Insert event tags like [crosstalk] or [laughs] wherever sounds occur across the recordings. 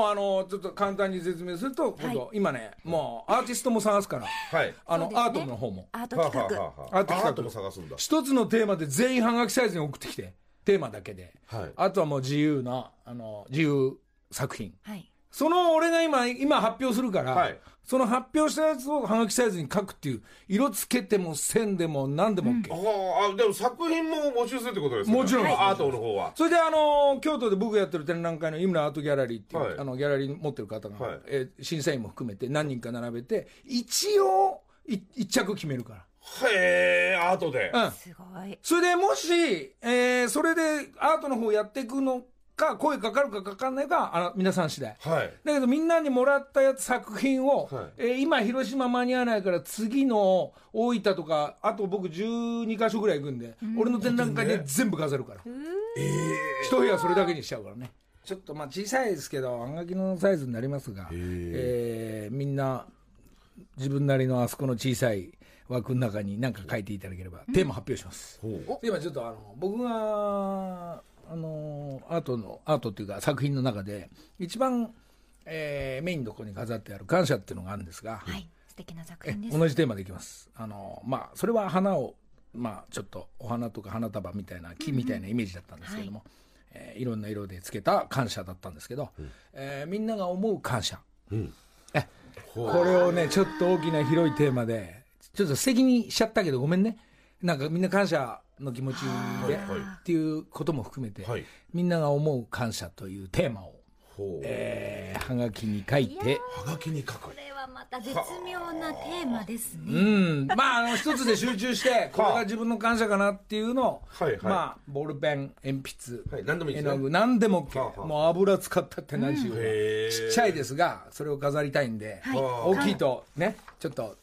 あのちょっと簡単に説明すると、今度今ね、もうアーティストも探すから、はい。あの、そうですねアートの方も。アートはあはあ企画はあアアート企画ートも探すんだ。一つのテーマで全員ハガキサイズに送ってきて、テーマだけで。はいあとはもう自由な、あの、自由作品。はいその俺が今、今発表するから、はいその発表したやつをハガキサイズに書くっていう、色つけても線でも何でも OK。ああ、でも作品も募集するってことですね。もちろんですアートの方は。それであの京都で僕がやってる展覧会の井村アートギャラリーっていう、はいあのギャラリー持ってる方が、はいえー審査員も含めて何人か並べて一応い一着決めるかへえ、アートで。ら、うん、すごいそれでもし、えーそれでアートの方やっていくのか声かかるかかかんないかあの皆さん次第はい。だけどみんなにもらったやつ作品を、はいえー今広島間に合わないから次の大分とかあと僕12か所ぐらい行くんで、俺の展覧会で全部飾るから、一部屋それだけにしちゃうからねちょっとまあ小さいですけどあんがきのサイズになりますが、えーみんな自分なりのあそこの小さい枠の中に何か書いていただければ、テーマ発表します、今ちょっとあの僕があのアートのアートっていうか作品の中で一番、えーメインのとこに飾ってある「感謝」っていうのがあるんですが、はい素敵な作え品です同じテーマでいきますあのまあそれは花をまあちょっとお花とか花束みたいな木みたいなイメージだったんですけども、いえーいろんな色でつけた感謝だったんですけど、えーみんなが思う感謝、えこれをねちょっと大きな広いテーマでちょっと素敵にしちゃったけどごめんねなんかみんな感謝の気持ちではいはいっていうことも含めて、はいみんなが思う感謝というテーマを、ほう。えー、はがきに書いて。はがきに書くこ。れはまた絶妙なテーマですうねん、まあ、あの一つで集中 [laughs] して、これが自分の感謝かなっていうのを、はいはいまあ、ボールペン、鉛筆、はい何でもいいで絵すねの具、何でも OK、はあはあもう油使ったって何しようが、へーちっちゃいですが、それを飾りたいんで、はい大きいとね、ちょっと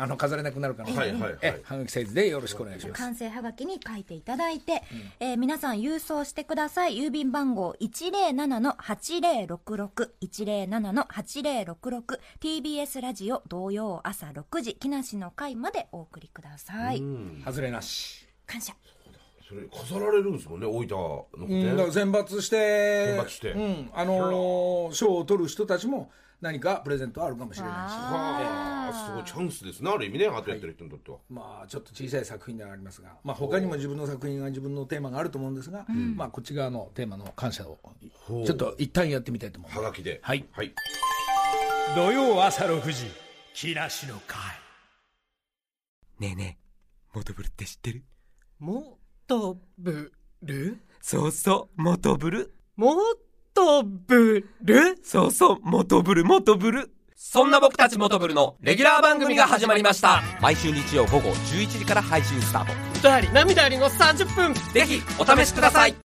あの飾れなくなるから、はいはいはいえ半額サイズでよろしくお願いします。完成はがきに書いていただいて、えー皆さん郵送してください郵便番号 107-8066-107-8066TBS ラジオ同様朝6時木梨の会までお送りください外れなし。感謝それ飾られるんですもんね、大分のうん、だからね。選抜して、選抜してうん、あのー賞を取る人たちも何かプレゼントあるかもしれないし。ああ、すごいチャンスですね、ある意味ね、アートやってる人にとっては。まあ、ちょっと小さい作品ではありますが、まあ、他にも自分の作品が自分のテーマがあると思うんですが、まあ、こっち側のテーマの感謝をうちょっと一旦やってみたいと思いますはがきで。はいはい。土曜朝6時木梨の会ねえねえ、モトブルって知ってるもっとぶるそうそう、モトブル。もっとぶるそうそう、モトブル、モトブル。そんな僕たちモトブルのレギュラー番組が始まりました。毎週日曜午後11時から配信スタート。歌あり涙ありの30分ぜひ、お試しください。